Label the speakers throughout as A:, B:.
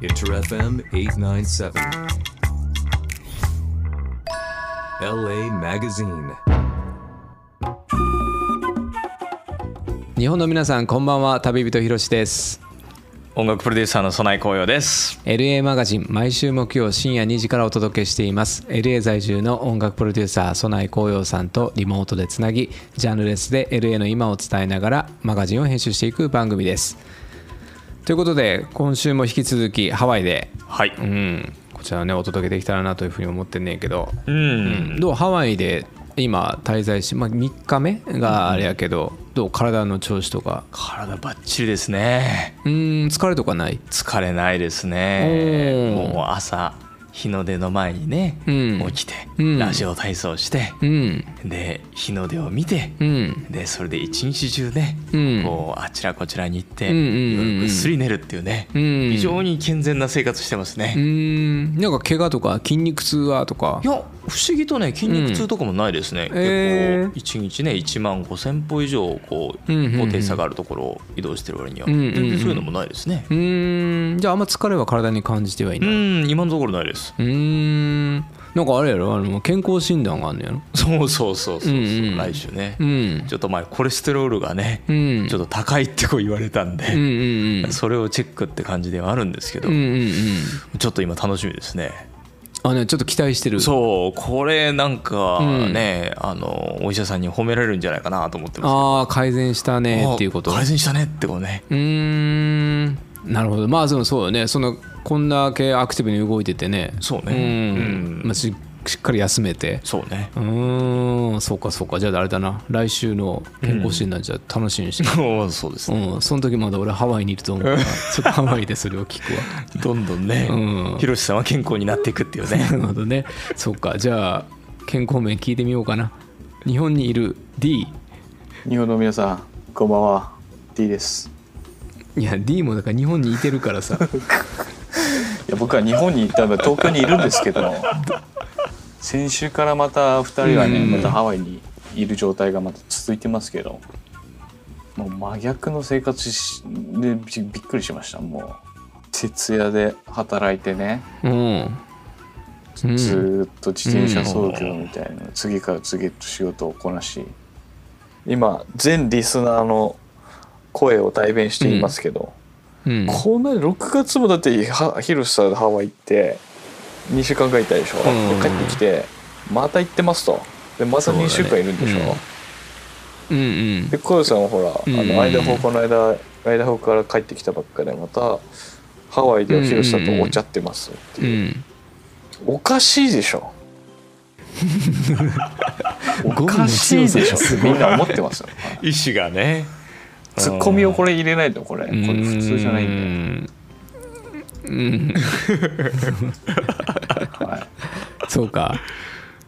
A: Inter FM 897. LA Magazine.
B: 日本の皆さんこんばんは旅人ひろしです
C: 音楽プロデューサーの備え紅葉です
B: LA マガジン毎週木曜深夜2時からお届けしています LA 在住の音楽プロデューサーソナイ紅葉さんとリモートでつなぎジャンルレスで LA の今を伝えながらマガジンを編集していく番組ですということで今週も引き続きハワイで
C: はい、
B: うんこちらをねお届けできたらなというふうに思ってんねんけど、
C: うん、
B: どうハワイで今滞在し、まあ、3日目があれやけどどう体の調子とか
C: 体バッチリですね
B: うーん疲れとかない
C: 疲れないですね
B: おー
C: もう朝日の出の前にね、
B: うん
C: 起きて、
B: うん
C: ラジオ体操して、
B: うん
C: で日の出を見て、
B: うん
C: でそれで一日中ね、
B: うん
C: こうあちらこちらに行って、
B: うんうんうんうん
C: 夜ぐっすり寝るっていうね、
B: うん
C: 非常に健全な生活してますね、
B: うーんなんか怪我とか筋肉痛はとか
C: いや不思議とね筋肉痛とかもないですね、
B: えー
C: 結構1日ね1万5,000歩以上こう
B: うんうんうん
C: 高低差があるところを移動してる割には
B: うんうんうん
C: 全然そういうのもないですね
B: うーんじゃああんま疲れは体に感じてはいな
C: う
B: いうん
C: 今のところないです
B: ーんなんかあれやろあの健康診断があんのやろ
C: そうそうそうそうそう、
B: うんうん
C: 来週ね、
B: うん
C: ちょっと前コレステロールがね、
B: うん
C: ちょっと高いってこう言われた
B: う
C: ん
B: んう
C: で、
B: んうん
C: それをチェックって感じではあるんですけど、
B: うんうんうん
C: ちょっと今楽しみですね
B: あねちょっと期待してる
C: そうこれなんかね、あのお医者さんに褒められるんじゃないかなと思ってます
B: ああ改善したねっていうこと
C: あ改善したねってこうね
B: うーんなるほどまあでもそうよねそのこんだけアクティブに動いててね
C: そう
B: う
C: ね
B: ん、まあ、ししっかり休めて
C: そうね
B: うーんそうかそうかじゃああれだな来週の健康診断じゃあ楽しみにしてる、
C: そうです
B: う
C: ね
B: んその時まだ俺ハワイにいると思うからちょっとハワイでそれを聞くわ
C: どんどんね
B: うん
C: ひろしさんは健康になっていくっていう ね
B: なるほどねそっかじゃあ健康面聞いてみようかな日本にいる D
D: 日本の皆さんこんばんは D です
B: いや D もだから日本にいてるからさ
D: いや僕は日本に行ったんだ東京にいるんです けど先週からまた2人はね
B: うん
D: またハワイにいる状態がまた続いてますけどもう真逆の生活しでびびっくりしましたもう徹夜で働いてね
B: うんうん
D: ずーっと自転車操業みたいな、次から次へと仕事をこなし今全リスナーの声を代弁していますけど、
B: うん
D: こんなに6月もだってはヒロシさんでハワイ行って2週間ぐらいいたでしょ、
B: うん
D: で帰ってきてまた行ってますとでまた
B: うだね
D: 2週間いるんでしょ、
B: うんうん
D: でコヨさんもほら、
B: うん
D: あのアイダホこの間アイダホから帰ってきたばっかでまたハワイではヒロシさんとお茶ってますって
B: う
D: いう、
B: ん
D: おかしいで しょお
B: ゴムの
D: かし
B: 強
D: い
B: さ
D: で
B: が
D: し
B: す
D: ょみんな思ってますよ
C: 意思がね
D: ツッコミをこれ入れないとこれこれ普通じゃないんで、
B: うんうん
D: は い、
B: そうか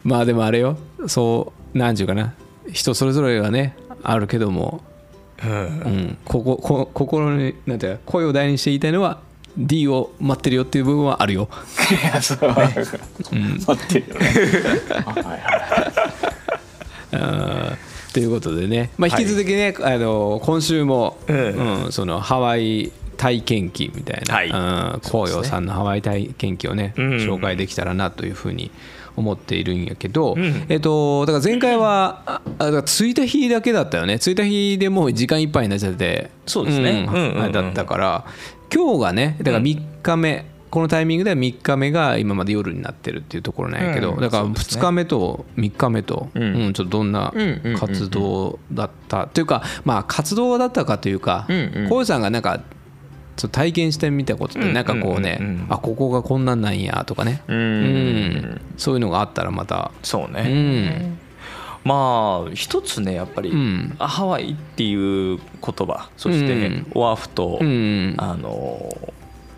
B: まあでもあれよそう何ていうかな人それぞれがねあるけども、
C: うん
B: うん、こここ心になんていうか声を大にして言いたいのは D を待ってるよっていう部分はあるよ
D: いやそうはね待ってるよねはいはい
B: うんということでね、まあ、引き続きね、あの今週も、う
C: ええ
B: んそのハワイ体験記みたいな、
C: はい
B: うん、紅葉さんのハワイ体験記をね、
C: ん
B: 紹介できたらなというふうに思っているんやけど、
C: ん
B: えっと、だから前回はああだから着いた日だけだったよね着いた日でもう時間いっぱいになっちゃって
C: そうですね
B: うん
C: うんうんうん
B: あれだったから今日がねだから3日目、このタイミングでは3日目が今まで夜になってるっていうところなんやけど、
C: うん
B: だから
C: そうです
B: 2
C: ね
B: 日目と3日目と、
C: うん
B: うん、ちょっとどんな
C: うんうんうんうん
B: 活動だったというかまあ活動だったかというか
C: うんうん
B: こういうさんがなんかちょっと体験してみたことでなんかこうね
C: うんうんうんうん
B: あここがこんなんなんやとかね
C: う
B: うんんそういうのがあったらまた
C: そう
B: う
C: ね
B: ん
C: まあ一つねやっぱり
B: うん
C: ハワイっていう言葉そし
B: う
C: て
B: ん
C: オアフと
B: うん
C: あの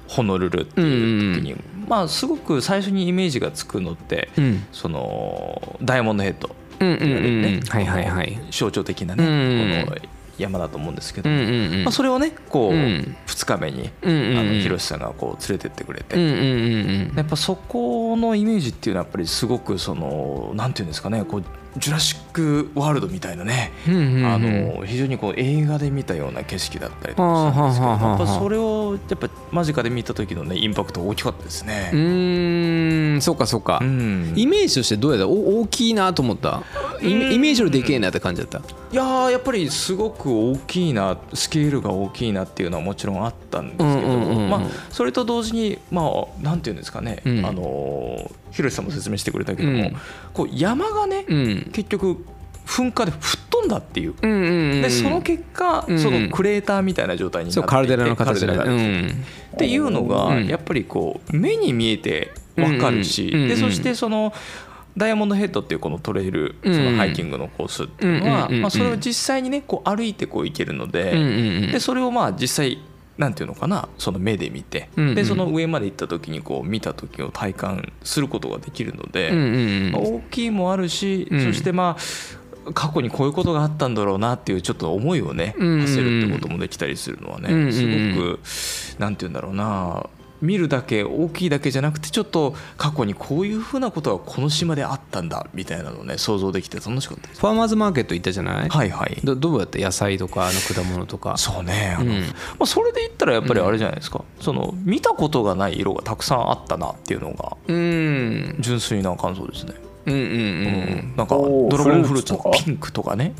C: ホノルルっていう時にまあすごく最初にイメージがつくのって
B: うん
C: そのダイヤモンドヘッド
B: うんうんうん
C: ね
B: うんはいはいはい
C: 象徴的な
B: うん
C: ねこの山だと思うんですけど
B: うんうんうん
C: まあ、それをねこう、
B: うん
C: 2日目に
B: うん
C: あ
B: うんう
C: の
B: ん
C: ひろしさんがこう連れてってくれて、
B: うんうんうん
C: やっぱそこのイメージっていうのはやっぱりすごくそのなんていうんですかねこうジュラシックワールドみたいなね、
B: うんうんうん
C: あの非常にこう映画で見たような景色だったりとかしたんですけど
B: はあはあはあは
C: や
B: あ
C: っぱそれをやっぱ間近で見た時のねインパクト大きかったです
B: う
C: ね。
B: ーんそうかそうか、
C: うん
B: イメージとしてどうやったお大きいなと思ったイメイメージよりでけえなって感じだった
C: いやーやっぱりすごく大きいなスケールが大きいなっていうのはもちろんあったんですけど、
B: うんうんうんうん
C: まあ、それと同時に、まあ、なんていうんですかね、
B: うん
C: あのーひろしさんも説明してくれたけども、
B: うん
C: こう山がね、
B: うん
C: 結局噴火で吹っ飛んだっていう
B: うんうんうん
C: でその結果、
B: うん
C: そのクレーターみたいな状態になってい
B: そう
C: て
B: カルデラの形で
C: カルデラが
B: うん
C: っていうのが、
B: うん
C: やっぱりこう目に見えてわかるし、
B: うんうんうんう
C: で
B: ん
C: そしてそのダイヤモンドヘッドっていうこのトレイル、
B: うん
C: そのハイキングのコースっていうの
B: うんう
C: は、
B: んうんうん
C: まあ、それを実際にねこう歩いてこう行けるので,、
B: うんうんうん
C: でそれをまあ実際なんていうのかなその目で見て、
B: うんうん
C: でその上まで行った時にこう見た時を体感することができるので。
B: うんうん
C: まあ
B: うん
C: 大きいもあるし、
B: うん
C: そしてまあ過去にこういうことがあったんだろうなっていうちょっと思いをね
B: うんうん
C: 馳せるってこともできたりするのはね、
B: うんうん
C: すごくなんて言うんだろうな見るだけ大きいだけじゃなくてちょっと過去にこういうふうなことがこの島であったんだみたいなのをね想像できて楽しかったです。
B: ファーマーズマーケット行ったじゃない、
C: はいはい
B: どどうやった野菜とかあの果物とか
C: そうね、あの
B: うん
C: まあ、それで言ったらやっぱりあれじゃないですか、その見たことがない色がたくさんあったなっていうのが
B: うんうん
C: 純粋な感想ですね。
B: うんうん
C: うんなんか
D: おー
C: ドラゴンフルーツ
D: フル
C: の
D: ーツとか
C: ピンクとかね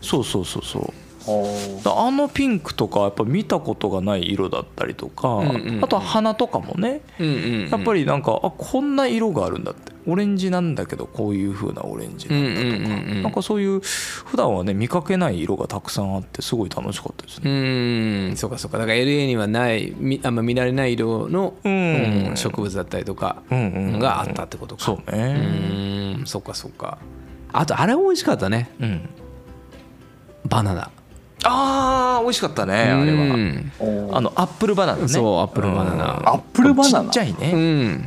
C: そうそうそうそう
D: おー
C: だあのピンクとかやっぱ見たことがない色だったりとか、
B: うんうんうん
C: あとは花とかもね
B: うんうんうん
C: やっぱ
B: り
C: りなんか、あこんな色があるんだってオレンジなんだけどこういう風なオレンジ、
B: うんうんうんうん
C: なんかそういう普段はね見かけない色がたくさんあってすごい楽しかったです
B: う
C: ね、
B: ーんそうかそうかだから LA にはないみあんま見慣れない色の、
C: うん
B: うん植物だったりとか
C: うんうんうん
B: があったってことか、
C: そう
B: う
C: ね
B: ーんそうかそうかあとあれ美味しかったね
C: うん、
B: バナナ
C: あー美味しかったねあれ
B: う
C: は
B: ん
D: おー
C: あのアップルバナナね
B: そうアップルバナナ
C: うん
D: アップルバナ
C: ち
D: ナ
C: っちゃいね、
B: うん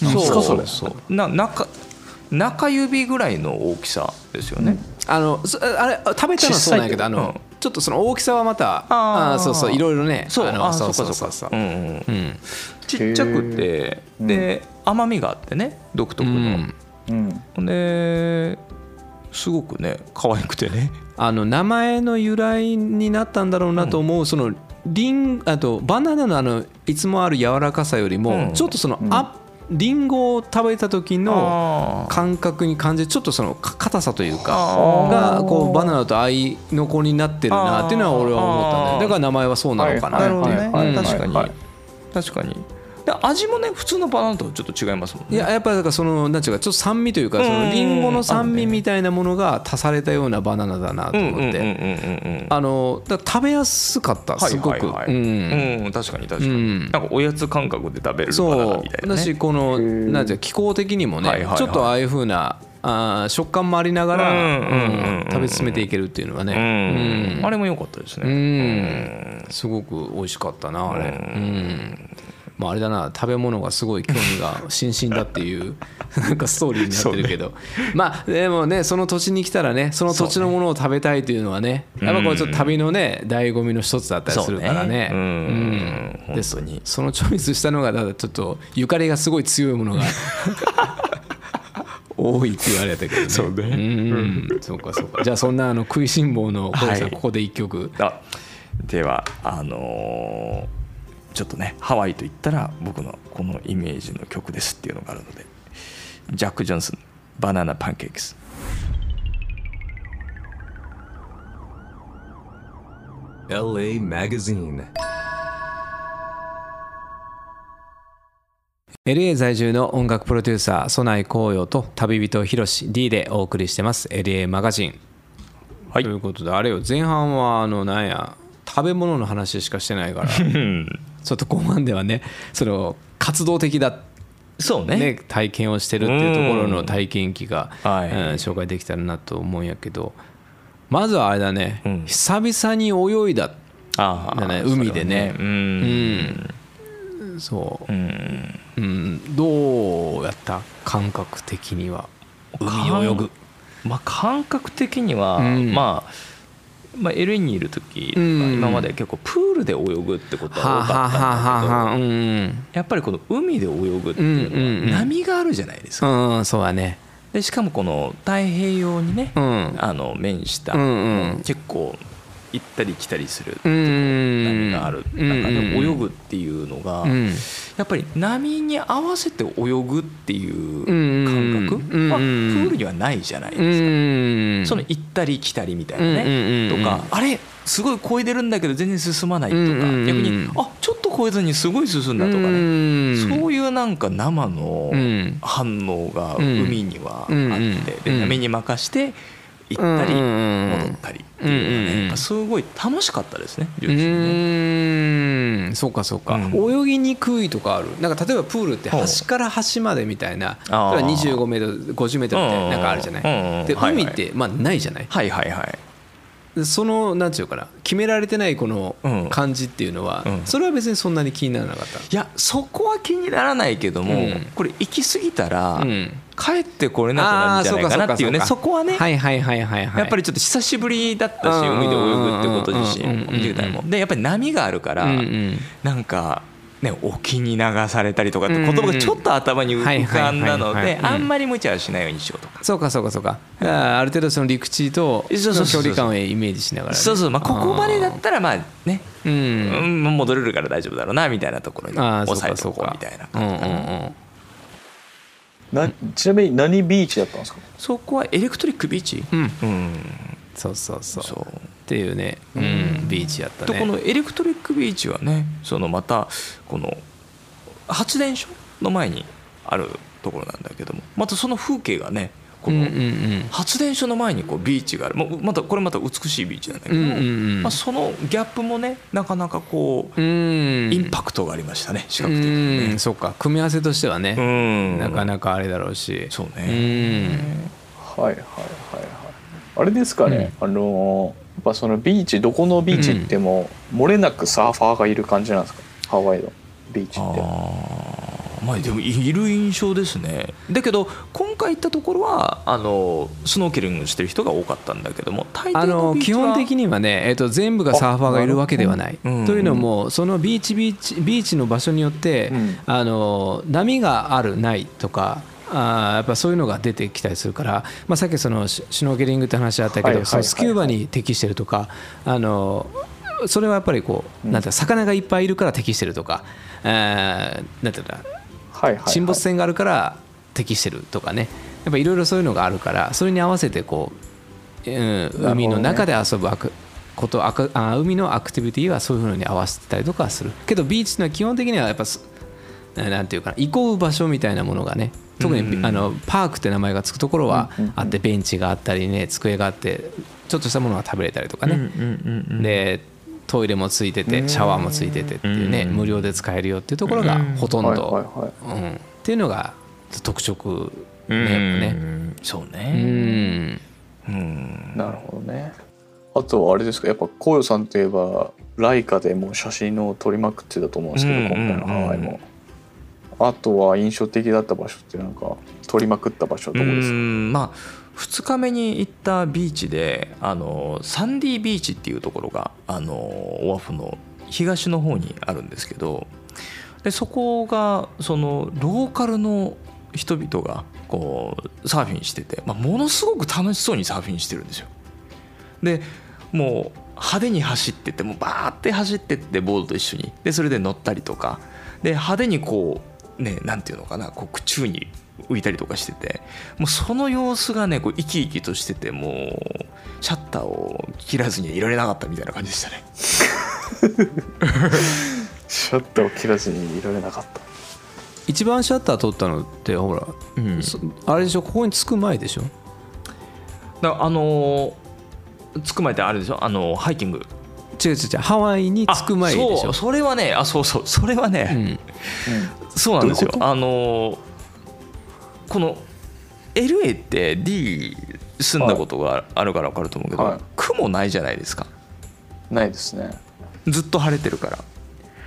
D: なんですかそれ
C: うな中中指ぐらいの大きさですよね、
B: あのそあれ食べたのはそうなんやけどあ
C: 小さいけど
B: の、
C: うん
B: ちょっとその大きさはまた
C: あー
B: あーそうそういろいろね
C: そう
B: あの
C: あ
B: そうそ
C: そ
B: うう
C: か
B: そう
C: そ
B: そうう
C: かうんうん
B: うん
C: ちっちゃくて
D: へー
C: で甘みがあってね独特
B: う
C: の、
B: ん
D: うん
C: ですごくね可愛くてね
B: あの名前の由来になったんだろうなと思う、そのリンあとバナナのあのいつもある柔らかさよりも、
C: うん
B: ちょっとその、
D: うん
B: あリンゴを食べた時の
C: の
B: 感覚に感じるちょっとそのか硬さというか
C: あ
B: がこうバナナと合いの子になってるなっていうのは俺は思ったんだよ
C: あー
B: だから名前はそうなのかな
C: なるほど
B: って
C: ね、
B: いう。
D: はいはい
B: うん
D: はい
C: 確かに、確かにで味もね普通のバナナとはちょっと違いますもんね
B: いややっぱりだからそのなんていうかちょっと酸味というかそ
C: うんうんう
B: の
C: ん
B: リンゴの酸
C: ある
B: 味
C: ね
B: みたいなものが足されたようなバナナだなと
C: うん
B: 思
C: う
B: っ
C: ん
B: て、
C: うんうんうんうん
B: あのだから食べやすかったすごく、
C: はいはいはい
B: うん
C: うん確かに確かに、
B: うん
C: なんかおやつ感覚で食べれるバナナ
B: そ
C: みたいうな、
B: だ
C: ね、
B: しこの
D: へー
B: なんていうか気候的にもね、
C: はいはいはい
B: ちょっとああいう風なあー食感もありながら、
C: うんうんうんうん
B: うん食べ進めていけるっていうのはね、
C: うん
B: うん
C: あれも良かったです
B: うん
C: ね。
B: すごく美味しかったなあれうん、まあ、あれだな食べ物がすごい興味が津々だっていう なんかストーリーになってるけど、まあでもねその土地に来たらねその土地のものを食べたいというのはねやっぱこれちょっと旅のね醍醐味の一つだったりするからね
C: そうねうん
B: うん
C: 本
B: で
C: 当に
B: そのチョイスしたのがただちょっとゆかりがすごい強いもの が多いって言われたけどね
C: そうね
B: うんそうかそうかじゃあそんなあの食いしん坊の小林さん、
C: はい
B: ここで一曲
C: あではあのーちょっとねハワイと言ったら僕のこのイメージの曲ですっていうのがあるのでジャック・ジョンソン「バナナ・パンケーキス」
A: LA Magazine.
B: LA 在住の音楽プロデューサーソナイコウヨと旅人ヒロシ D でお送りしてます LA マガジン、
C: はい
B: ということであれよ前半はあのなんや食べ物の話しかしてないから ちょっと後半ではねその活動的だ
C: そうね
B: ね、体験をしてるっていうところの体験記が、
C: うんはい
B: うん紹介できたらなと思うんやけどまずはあれだね、
C: うん
B: 久々に泳いだ
C: あー
B: だね海でね
C: それは
B: そう
C: うん、うん
B: うん、どうやった感覚的には海を泳ぐ
C: まあ、感覚的には、
B: うん
C: まあまあ、LA にいる時とか、
B: うん
C: 今まで結構プールで泳ぐってことは多かったんだけど、
B: はうん
C: やっぱりこの海で泳ぐっていうのは、
B: うんうんうん
C: 波があるじゃないですか、
B: うん、うん、そうだね
C: でしかもこの太平洋にね、
B: うん
C: あの面した、
B: うんうん
C: 結構行ったり来たりする
B: うん
C: 波がある中で泳ぐっていうのが、
B: うん
C: やっぱり波に合わせて泳ぐってい
B: う
C: う
B: ん
C: 感覚
B: うん
C: はプ
B: うん
C: ールにはないじゃないです
B: う
C: か、
B: ん
C: その行ったり来たりみたいな
B: うんうん
C: ね
B: うんう
C: と
B: ん
C: かあれすごい漕いでるんだけど全然進まないとか
B: うんうんうん
C: 逆にあちょっと漕えずにすごい進んだとかねそういうなんか生の
B: うん
C: 反応が
B: うん
C: 海にはあって、
B: うんうんうん
C: で波に任して行ったり
B: うんうんうん
C: 戻ったりってい
B: うん
C: うのが
B: うんう
C: ね
B: ん
C: やっぱすごい楽しかったですね
B: う
C: 純粋にね
B: ーんそうかそうか、
C: う
B: 泳ぎにくいとかあるなんか例えばプールって
C: ほう
B: 端から端までみたいな例え
C: あー
B: ば25メートル50メートルみたいななんかあるじゃな
C: うんうんう
B: い
C: ん
B: で
C: はいはい
B: 海ってまあないじゃない
C: はいはいはい
B: でそのなんていうかな決められてないこの
C: うん
B: 感じっていうのは
C: うん
B: それは別にそんなに気にならなかった
C: いやそこは気にならないけども、
B: うん
C: これ行き過ぎたら、
B: うん
C: 帰ってこれなくなるんじゃないかなっていうね
B: あー
C: そこはね、
B: はいはいはいはいはい
C: やっぱりちょっと久しぶりだった
B: う
C: し
B: んうん
C: 海で泳ぐってこと自
B: うんうん
C: 身
B: うん
C: 10代もでやっぱり波があるから、
B: うんうん
C: なんか、ね、沖に流されたりとかって言葉がちょっと頭に
B: うんうん
C: 浮かんだの
B: はいはいはい
C: で
B: はい
C: あんまり無茶はしないようにしようとか。
B: そうかそうかそうかだからある程度その陸地と
C: そうそうそう
B: その距離感をイメージしながらね
C: そうそうまあ、ここまでだったらまあね、
B: う
C: うんん、戻れるから大丈夫だろうなみたいなところに
B: ああそう
C: 抑え
B: か
C: て
B: そ
C: お
B: う
C: こう
B: か
C: みたいな
B: うんうんうん
D: なちなみに何ビーチだったんですか
C: そこはエレクトリックビーチ、
B: うん
C: うん、
B: そうそうそう
C: そう
B: っていうね、うん、ビーチやった
C: と
B: ね
C: このエレクトリックビーチはねそのまたこの発電所の前にあるところなんだけどもまたその風景がねこ
B: うんう
C: の
B: んうん
C: 発電所の前にこうビーチがあるもうまたこれまた美しいビーチなんだけ
B: う
C: ど
B: ん
C: も、
B: うんうん
C: まあ、そのギャップもねなかなかこう、
B: うん
C: インパクトがありましたね視覚的
B: う
C: にね
B: ん。そうか組み合わせとしては
C: う
B: ね、
C: ん
B: なかなかあれだろうし
C: そう
B: う
C: ね、
B: ん
D: はいはいはいはいあれですかね、あのーやっぱそのビーチどこのビーチ行っても、漏れなくサーファーがいる感じなんですかハワイのビーチって
C: あーまあでもいる印象ですねだけど今回行ったところはあのスノーケリングしてる人が多かったんだけども大
B: あ
C: 抵の
B: の
C: ビーチ
B: 基
C: は
B: 本的にはね、えっと全部がサーファーがいるわけではない。
C: なるほど
B: というのもそのビーチビーチビーチの場所によって、
D: うん
B: あの波があるないとか。あーやっぱそういうのが出てきたりするから、まあ、さっきそのシュシュノーケリングって話あったけど、
D: はいはいはい
B: そのスキューバに適してるとかあのそれはやっぱりこう、なんていうか魚がいっぱいいるから適してるとか、えーなんていうか
D: はいはい、はい、
B: 沈没船があるから適してるとかねやっぱいろいろそういうのがあるからそれに合わせてこう、うん、
D: ね
B: 海の中で遊ぶアクことアクあ海のアクティビティはそういうふうに合わせてたりとかはするけどビーチっていうのは基本的にはやっぱすななんていうかな憩う場所みたいなものがね特に、
C: うん
B: あのパークって名前がつくところはあって、ベンチがあったりね机があってちょっとしたものが食べれたりとかね、
C: うんうんうん
B: でトイレもついててシャワーもついててっていうね
C: うん
B: 無料で使えるよっていうところが
C: うん
B: ほとん
D: はい
B: ど、
D: はいはい
B: うん、っていうのが特色
C: う
B: ねやっぱね
C: んそう
B: う
C: ね
B: ん
C: うん
D: なるほどね。あとはあれですかやっぱ紅葉さんといえばライカでもう写真を撮りまくってたと思うんですけど、
C: うんうんうん
D: 今回のハワイも。あとは印象的だった場所ってなんか撮りまくった場所はどこ
C: う
D: ですか
C: んまあ2日目に行ったビーチであのサンディビーチっていうところがあのオアフの東の方にあるんですけどでそこがそのローカルの人々がこうサーフィンしてて、まあ、ものすごく楽しそうにサーフィンしてるんですよ。でもう派手に走ってってもうバーって走ってってボードと一緒にでそれで乗ったりとかで派手にこうねなんていうのかなこう宙に浮いたりとかしててもうその様子がねこう生き生きとしててもうシャッターを切らずにはいられなかったみたいな感じでしたね。
D: シャッターを切らずにいられなかった。
B: 一番シャッター取ったのってほら、
C: うん
B: そあれでしょここに着く前でしょ
C: だからあのー、つくまえてあれでしょあのーハイキング
B: 違う違う違うハワイに着く前でし
C: そ
B: ょ
C: うそれはねあそうそうそれはね、
B: うん
C: そうなんですよ
D: どういうこと
C: あのーこの LA って D 住んだことがあるから分かると思うけど、
D: はい
C: 雲ないじゃないですか
D: ないですね。
C: ずっと晴れてるから、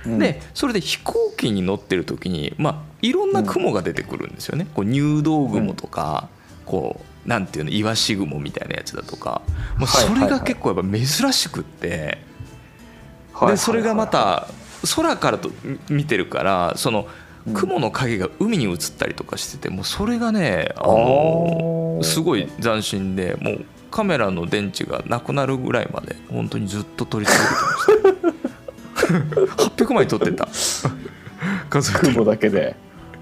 D: うん
C: でそれで飛行機に乗ってる時にまあいろんな雲が出てくるんですよね、こう入道雲とか、こうなんていうのイワシ雲みたいなやつだとかもう
D: はい
C: そ
D: はい
C: れ
D: はい
C: が結構やっぱ珍しくって、
D: はいはいはい
C: でそれがまた空からと見てるからその
D: うん
C: 雲の影が海に映ったりとかしててもうそれがねあ
D: あ
C: の
D: ー
C: すごい斬新でもうカメラの電池がなくなるぐらいまで本当にずっと撮り続けてました 800枚撮ってた数えて
D: 雲だけで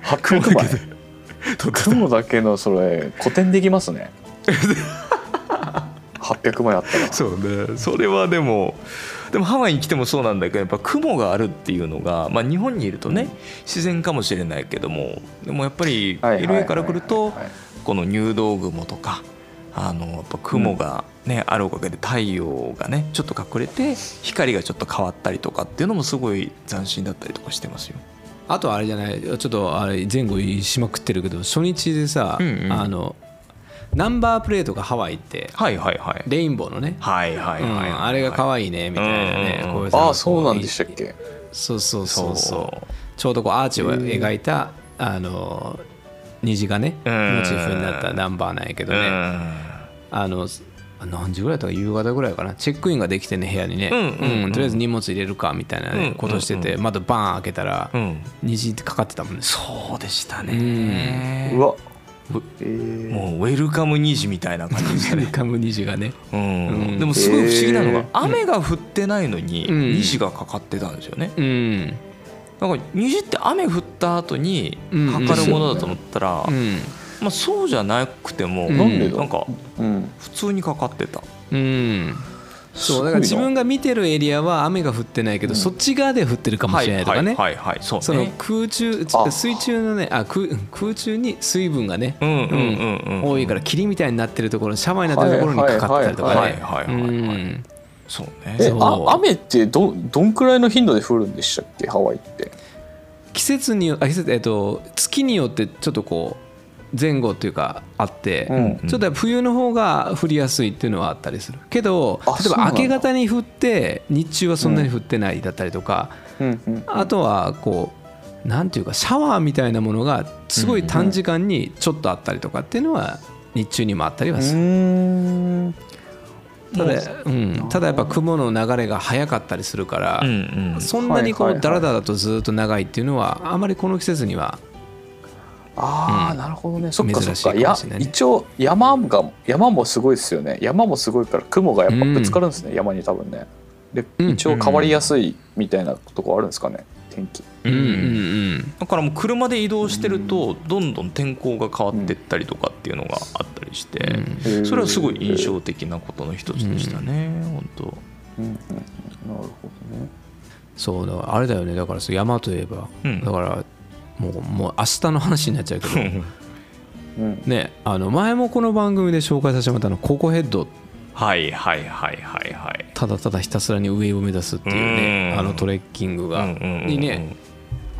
D: 800枚
C: 撮ってた
D: 雲だけのそれ古典できます ね800枚あったら
C: そうねそれはでもでもハワイに来てもそうなんだけどやっぱ雲があるっていうのが、まあ、日本にいるとね自然かもしれないけどもでもやっぱり
D: はいはいはいはい
C: LA から来るとこの入道雲とかあのやっぱ雲が、ねあるおかげで太陽がねちょっと隠れて光がちょっと変わったりとかっていうのもすごい斬新だったりとかしてますよ。
B: あとあれじゃないちょっとあれ前後しまくってるけど初日でさ、
C: うんうん
B: あのナンバープレートがハワイって
C: はいはいはい。
B: レインボーのね、
C: はいはいはい、はい
B: うんあれが可愛いねみたいなね、
C: うんうんうん
B: こいさ
D: あ
B: が
D: あそうなんでしたっ
B: こ
D: け
B: うそうそうそうそう
C: そう
B: ちょうどこうアーチを描いた、あの虹がね
C: うん
B: モチーフになったナンバーなんやけどね、あの何時ぐらいだったか夕方ぐらいかなチェックインができてね部屋にね、
C: うんうんうん
B: とりあえず荷物入れるかみたいな、ね
C: うん
B: ことしてて、窓バーン開けたら、
C: うん。うん
B: 虹ってかかってたもんね
C: そうでした
B: ね
C: ね。
D: うわ
C: う
D: えー
C: もうウェルカム虹みたいな感じで し
B: ウ
C: た
B: ェル
C: ね。
B: カム虹がね
C: うん
B: うん
C: でもすごい不思議なのが、
D: へー
C: 雨が降ってないのに
B: うん
C: 虹がかかってたんですよね。
B: うん
C: なんか虹って雨降った後に
B: うん
C: かかるものだと思ったら、
B: うん
C: まあ、そうじゃなくても、
B: うん
D: なんでだ
C: なんか
D: うん
C: 普通にかかってた。
B: うんそうだから自分が見てるエリアは雨が降ってないけど、
D: うん
B: そっち側で降ってるかもしれないとかね、
C: はいはいはいはい、そうね。
B: その空中つ
D: あ
B: 水中のねあ空空中に水分がね、
C: うんうんうんうん、
B: 多いから霧みたいになってるところシャワーになってるところにかかったりとか
C: はい
B: ね
C: はいはい、
B: うん
C: そう
D: え
C: ね。
B: そう
D: あ雨ってどどんくらいの頻度で降るんでしたっけハワイって
B: 季節によあ季節えっと月によってちょっとこう前後というかあって、
D: うん
B: ちょっとやっぱ冬の方が降りやすいっていうのはあったりするけど
D: あ
B: 例え
D: そうな
B: ば
D: んだ
B: 明け方に降って日中はそんなに降ってないだったりとか、
D: うんうん
B: あとはこうなんていうかシャワーみたいなものがすごい短時間にちょっとあったりとかっていうのは日中にもあったりはする。
D: ん
B: ただ,、うん、ただやっぱ雲の流れが早かったりするから、
C: うんうん、
B: そんなにこ
D: はいは
B: う
D: いはい
B: ダラダラとずっと長いっていうのはあまりこの季節には
D: ああ、なるほどねそっかそ
B: 珍
D: っ
B: しい
D: か
B: かも
D: や
B: しれないね
D: 一応山が山もすごいですよね山もすごいから雲がやっぱぶつかるんですね、山に多分ねで
B: うん
D: 一応変わりやすいみたいなとこあるんですかね天気
B: うんうん
C: だからもう車で移動してるとどんどん天候が変わってったりとかっていうのがあったりして、
B: うん
C: それはすごい印象的なことの一つでしたね、本当
D: うんうんうんなるほどね
B: そうだからあれだよねだからそう山といえば、
C: うん
B: だからもうもう明日の話になっちゃうけど
D: うん
B: ねあの前もこの番組で紹介させてもらったあのココヘッド
C: はいはいはいはいはい
B: ただただひたすらに上を目指すっていうね
C: うん
B: あのトレッキングが、
C: うんうんうんうん
B: にね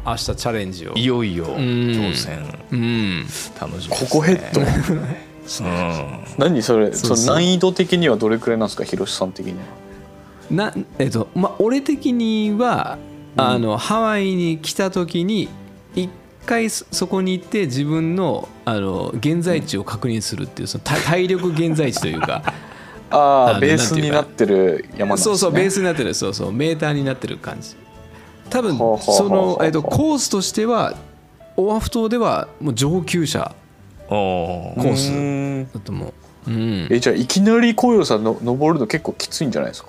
B: 明日チャレンジを
C: いよいよ
B: ん
C: 挑戦
B: うん
C: 楽しみです、
D: コ
C: ね、
D: コヘ ッド
C: うん
D: 何それ
B: そうそう
D: その難易度的にはどれくらいなんですかひろしさん的には
B: なえっとまあ俺的には、あのハワイに来た時に一回そそこに行って自分のあの現在地を確認するっていうその体体力現在地と いうか
D: あ
B: あ
D: あ
B: の
D: ベースになってる山なんです、
B: そ
D: ね、
B: うそうベー
D: ス
B: スになってるそうそうメーターになってる感じ多分
D: ほうほうほう
B: その
D: ほう
B: えっとコースとしてはオアフ島ではもう上級者
C: お
B: コ
C: ー
B: ース
D: え
B: だと思う、うん、
D: じゃあいきなり紅葉さんの登るの結構きついんじゃないですか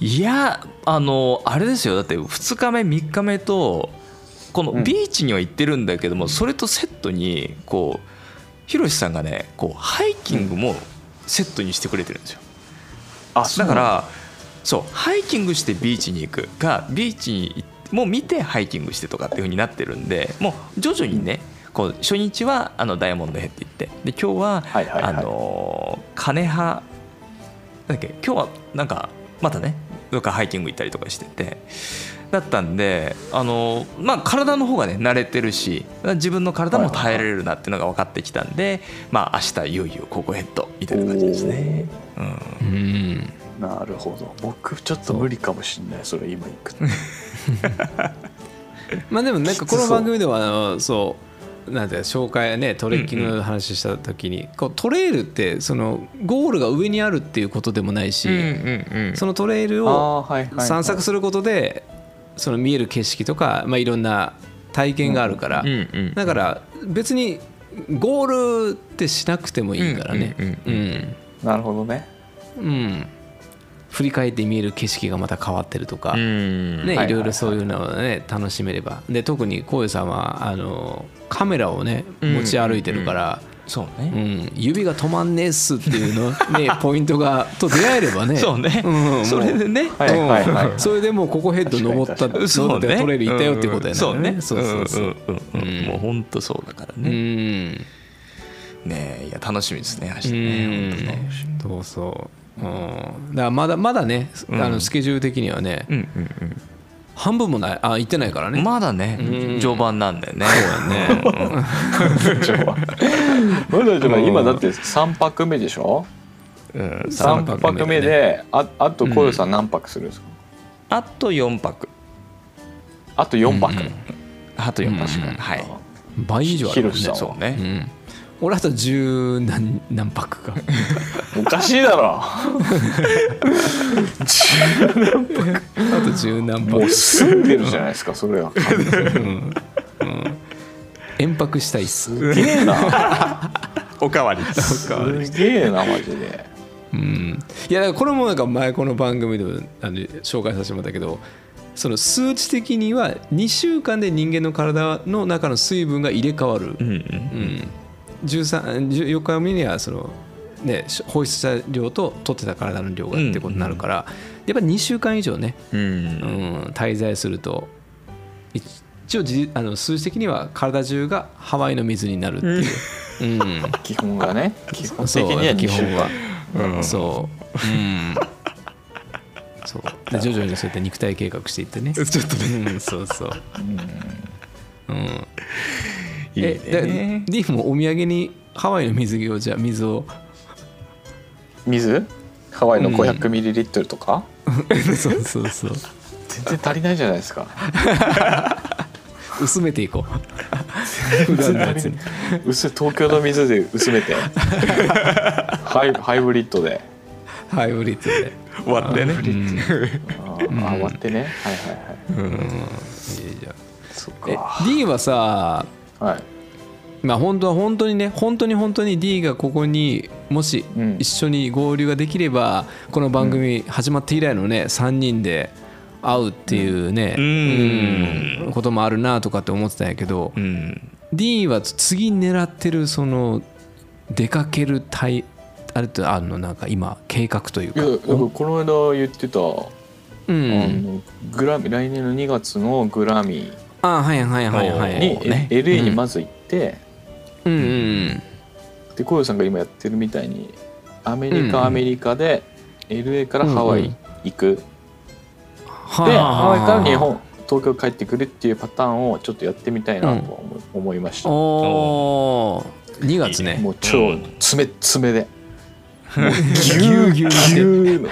C: いやあのあれですよだって2日目3日目とこの
D: うん
C: ビーチには行ってるんだけども、それとセットにこうひろしさんがねこうハイキングもセットにしてくれてるんですよ
D: あ
C: だからそうハイキングしてビーチに行くかビーチに行ってもう見てハイキングしてとかっていう風になってるんでもう徐々にねこう初日はあのダイヤモンドヘッド行ってで今日は,、
D: はいはいはい
C: あのー金葉なんだっけ今日はなんかまたねどっかハイキング行ったりとかしててだったんであのーまあ体の方がね慣れてるし自分の体も耐えられるなっていうのが分かってきたんで、まあ明日いよいよここヘッドみたいな感じですね。うん
B: うん
D: なるほど僕ちょっと無理かもしんないそれ今行くと
B: まあでもなんかこ
D: きつそ
B: の
D: う
B: 番組ではあのそうなんていうの紹介ねトレッキングの話した時に、こうトレイルってそのゴールが上にあるっていうことでもないし、
C: うんうんうん、
B: そのトレイル
D: あ
B: を
D: ーはいはいはい
B: 散策することでその見える景色とか、まあ、いろんな体験があるから、
C: うんうん
B: だから別にゴールってしなくてもいいからね
C: う
D: なるほどね
B: うんうん振り返って見える景色がまた変わってるとか、
C: うん
B: ね、
D: はい
B: いろいろそういうのをね楽しめればで特にこういうさんはあのカメラをね
C: うん
B: 持ち歩いてるから、
C: そう
B: うん
C: ね、
B: 指が止まんねえっすっていうの、ね、ポイントがと出会えればね
C: そうね、
B: うん
C: それでね、
D: はいはいはい
B: それでもうここヘッド登った
D: 確かに
B: 登って取れる行ったよってことや
C: そうね
B: ねそうそうそう
C: うんうんうんうん
B: うん
C: もう本当そうだから
B: う
C: ね、
B: ん
C: ねえいや楽しみですね明日
B: う
C: ね本当
B: んそ
C: ね
B: うそううんだからまだまだねあのスケジュール的にはね
C: うんうんうん
B: 半分もないあ行ってないからね
C: まだね、
B: うん
C: 序盤なんだよね。そうやね。
D: まだでも今だって3泊目でしょ
C: うん
D: 3泊
C: だね
D: 目。でああとこよさん何泊するんですか
C: あと4泊。
D: あと4泊
C: あと4泊。
B: うんうん
C: はい。
B: 倍以上あるもん
D: 広瀬さん
C: そ
D: は
C: う
B: う
C: ね。
B: ん俺あと十何何泊か
D: おかしいだろ
B: あと十何
D: もう
B: 泊
D: 住んでるじゃないですかそれは
B: 延泊したいっす
D: すげえな
C: おかわり。
D: すげえなマジで
B: うんいやだからこれもなんか前この番組でもあの紹介させてもらったけどその数値的には2週間で人間の体の中の水分が入れ替わる、
C: うんう。
B: うんん、13 14日目にはその、ね、し放出した量と取ってた体の量がってことになるから、やっぱり2週間以上ね、
C: う。
B: うんん、滞在すると一応じあの数字的には体中がハワイの水になるっていう。うん
D: 基本がね基本的
B: そう
D: には
B: 基
D: 2週
B: 本
D: 間
B: は、そう、うん、そうで徐々にそうやって肉体計画していってね ちょっとね、うん、そうそううん、
C: いい
B: え
C: ね。
B: でリーフもお土産にハワイの水着をじゃあ水を
D: 水ハワイの 500ml とか、
B: そうそうそう
D: 全然足りないじゃないです か
B: 薄めていこう 普段のやつに
D: 薄い東京の水で薄めて ハイハイブリッドで
B: ハイブリッドで
C: 割ってね。
D: あー、あー割ってねはいはいはい
B: いいじゃん
D: そっ
B: え
D: か
B: D はさ
D: はい
B: まあ本当は本当にね本当に本当に D がここにもし
D: うん
B: 一緒に合流ができれば、この番組始まって以来のね3人で会うっていうね、
C: うん
B: うんこともあるなとかって思ってたんやけど、
C: うん。
B: D は次狙ってるその出かけるタイあれってあるのなんか今計画という
D: い
B: か
D: やだからこの間言ってた、
B: う
D: あ
B: ん
D: のグラミー来年の2月のグラミ
B: あはいはいはいは
D: ー
B: い
D: に、
C: おーね
D: LA にまず行って、
B: うんうん
D: でコヨさんが今やってるみたいにアメ
B: う
D: リ
B: んうん
D: カアメリカで LA からハワイ行く、で
B: はあ
D: ハワイから日本東京帰ってくるっていうパターンをちょっとやってみたいなとは思,、思いました
B: おー2月ね
D: もう超爪爪で
B: ぎゅうぎゅうにして
D: ぎゅうの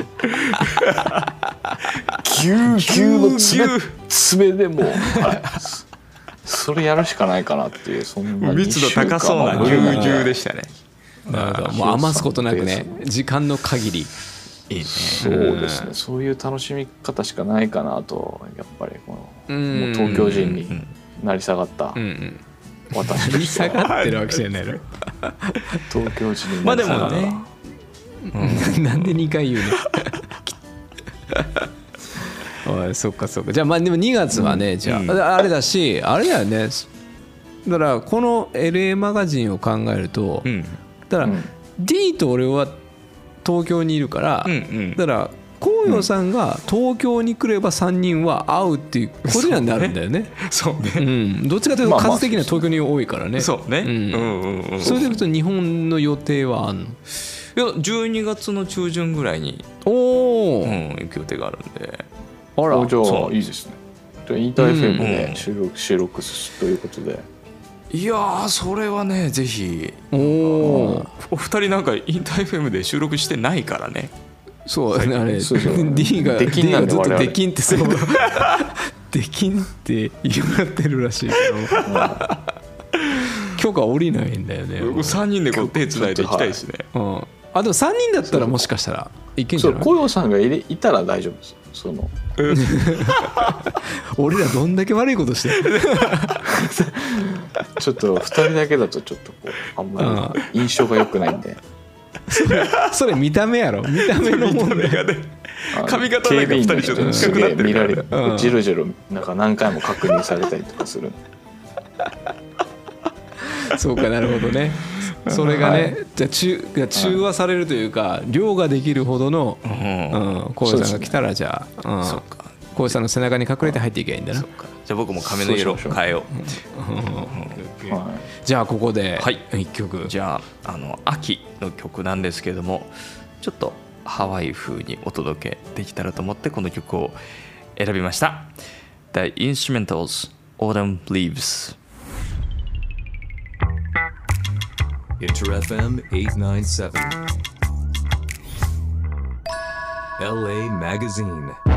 D: ぎゅうぎゅうの爪爪でもう、はい、そそれやるしかないかなっていうそんな2
C: 密度
D: 週間
C: 高そうな
D: まあ
C: ぎゅうぎゅうで
D: し
C: したね。
B: なるほどもう余すことなくね時間の限り
C: いいね。
D: そうですねそういう楽しみ方しかないかなとやっぱりこの、
B: うん
D: もう東京人
C: う
D: に
C: ん
D: なり下がった
B: うんうん
D: 私
B: 振
D: と
B: り
D: して
B: 下
D: は
B: がってるわけじゃないの
D: 東京人に
C: まあ
D: なり
C: で
D: 下が
C: も
D: った、
C: ね。
B: なんで2回言 うのおいそっかそっかじゃあまあでも2月はね、じゃあ、
C: うん
B: ああれだしあれだよねだからこの LA マガジンを考えると、
C: うん。
B: だから
D: うん
B: D と俺は東京にいるから、
C: うんうん
B: だから紅葉さんが東京に来れば3人は会うっていうことにはなるんだよね。
C: そう
B: う
C: ね。
B: ん、どっちかという
D: ま
B: と
D: あまあ
B: 数的には東京に多いからね。
C: そうね。
B: うん
C: うんうん。
B: それでいくと日本の予定はあんの
C: いや12月の中旬ぐらいに、
B: お
C: う
B: お、
C: ん、行く予定があるんで
B: あら
D: あじゃ
C: そ
D: あ
C: う
D: いいですねじゃあインターフェム
C: う
D: で
C: ん
D: 収録収録するということで、
C: いやーそれはねぜひ
B: おお
C: お二人なんかインター FM で収録してないからね
B: そうあれ
D: そうそう
B: D が
D: できん
B: D が
D: なんで
B: ずっと
D: 我々
B: できんってそう できんって言われてるらしい けど許可下りないんだよね、うん、
C: 3人でこう手つないで行きたいですね
B: あでも3人だったらもしかしたらいけんじ
D: そ
B: ゃ
D: う
B: ない
D: コヨさんがいれいたら大丈夫ですその
B: 俺らどんだけ悪いことしてる
D: ちょっと2人 だけだとちょっとこうあんまり印象が良くないんで
B: それ見た目やろ見た目の問題
C: がね
D: あの
C: 髪型なんか
D: 警備員
C: 二人ちょっと近
D: にす
C: くな
D: げ
C: って
D: え
C: るから
D: 見られる
B: うん
D: ジロジロなんか何回も確認されたりとかする
B: そうかなるほどねそれがね、
D: は
B: じゃあ中が中和されるというか、量ができるほどの
C: う
B: うんん浩、うさんが来たらじゃあうん
C: そっか
B: 浩、うさんの背中に隠れて入っていけばいいんだな
C: そっかじゃあ僕も髪の色
D: そうしましょう
C: 変えよ
D: は
B: じゃあここで
C: はい
B: 1曲、
C: うじゃああの秋の曲なんですけれどもちょっとハワイ風にお届けできたらと思ってこの曲を選びました「The Instrumentals Autumn Leaves
A: Inter FM 897. LA Magazine.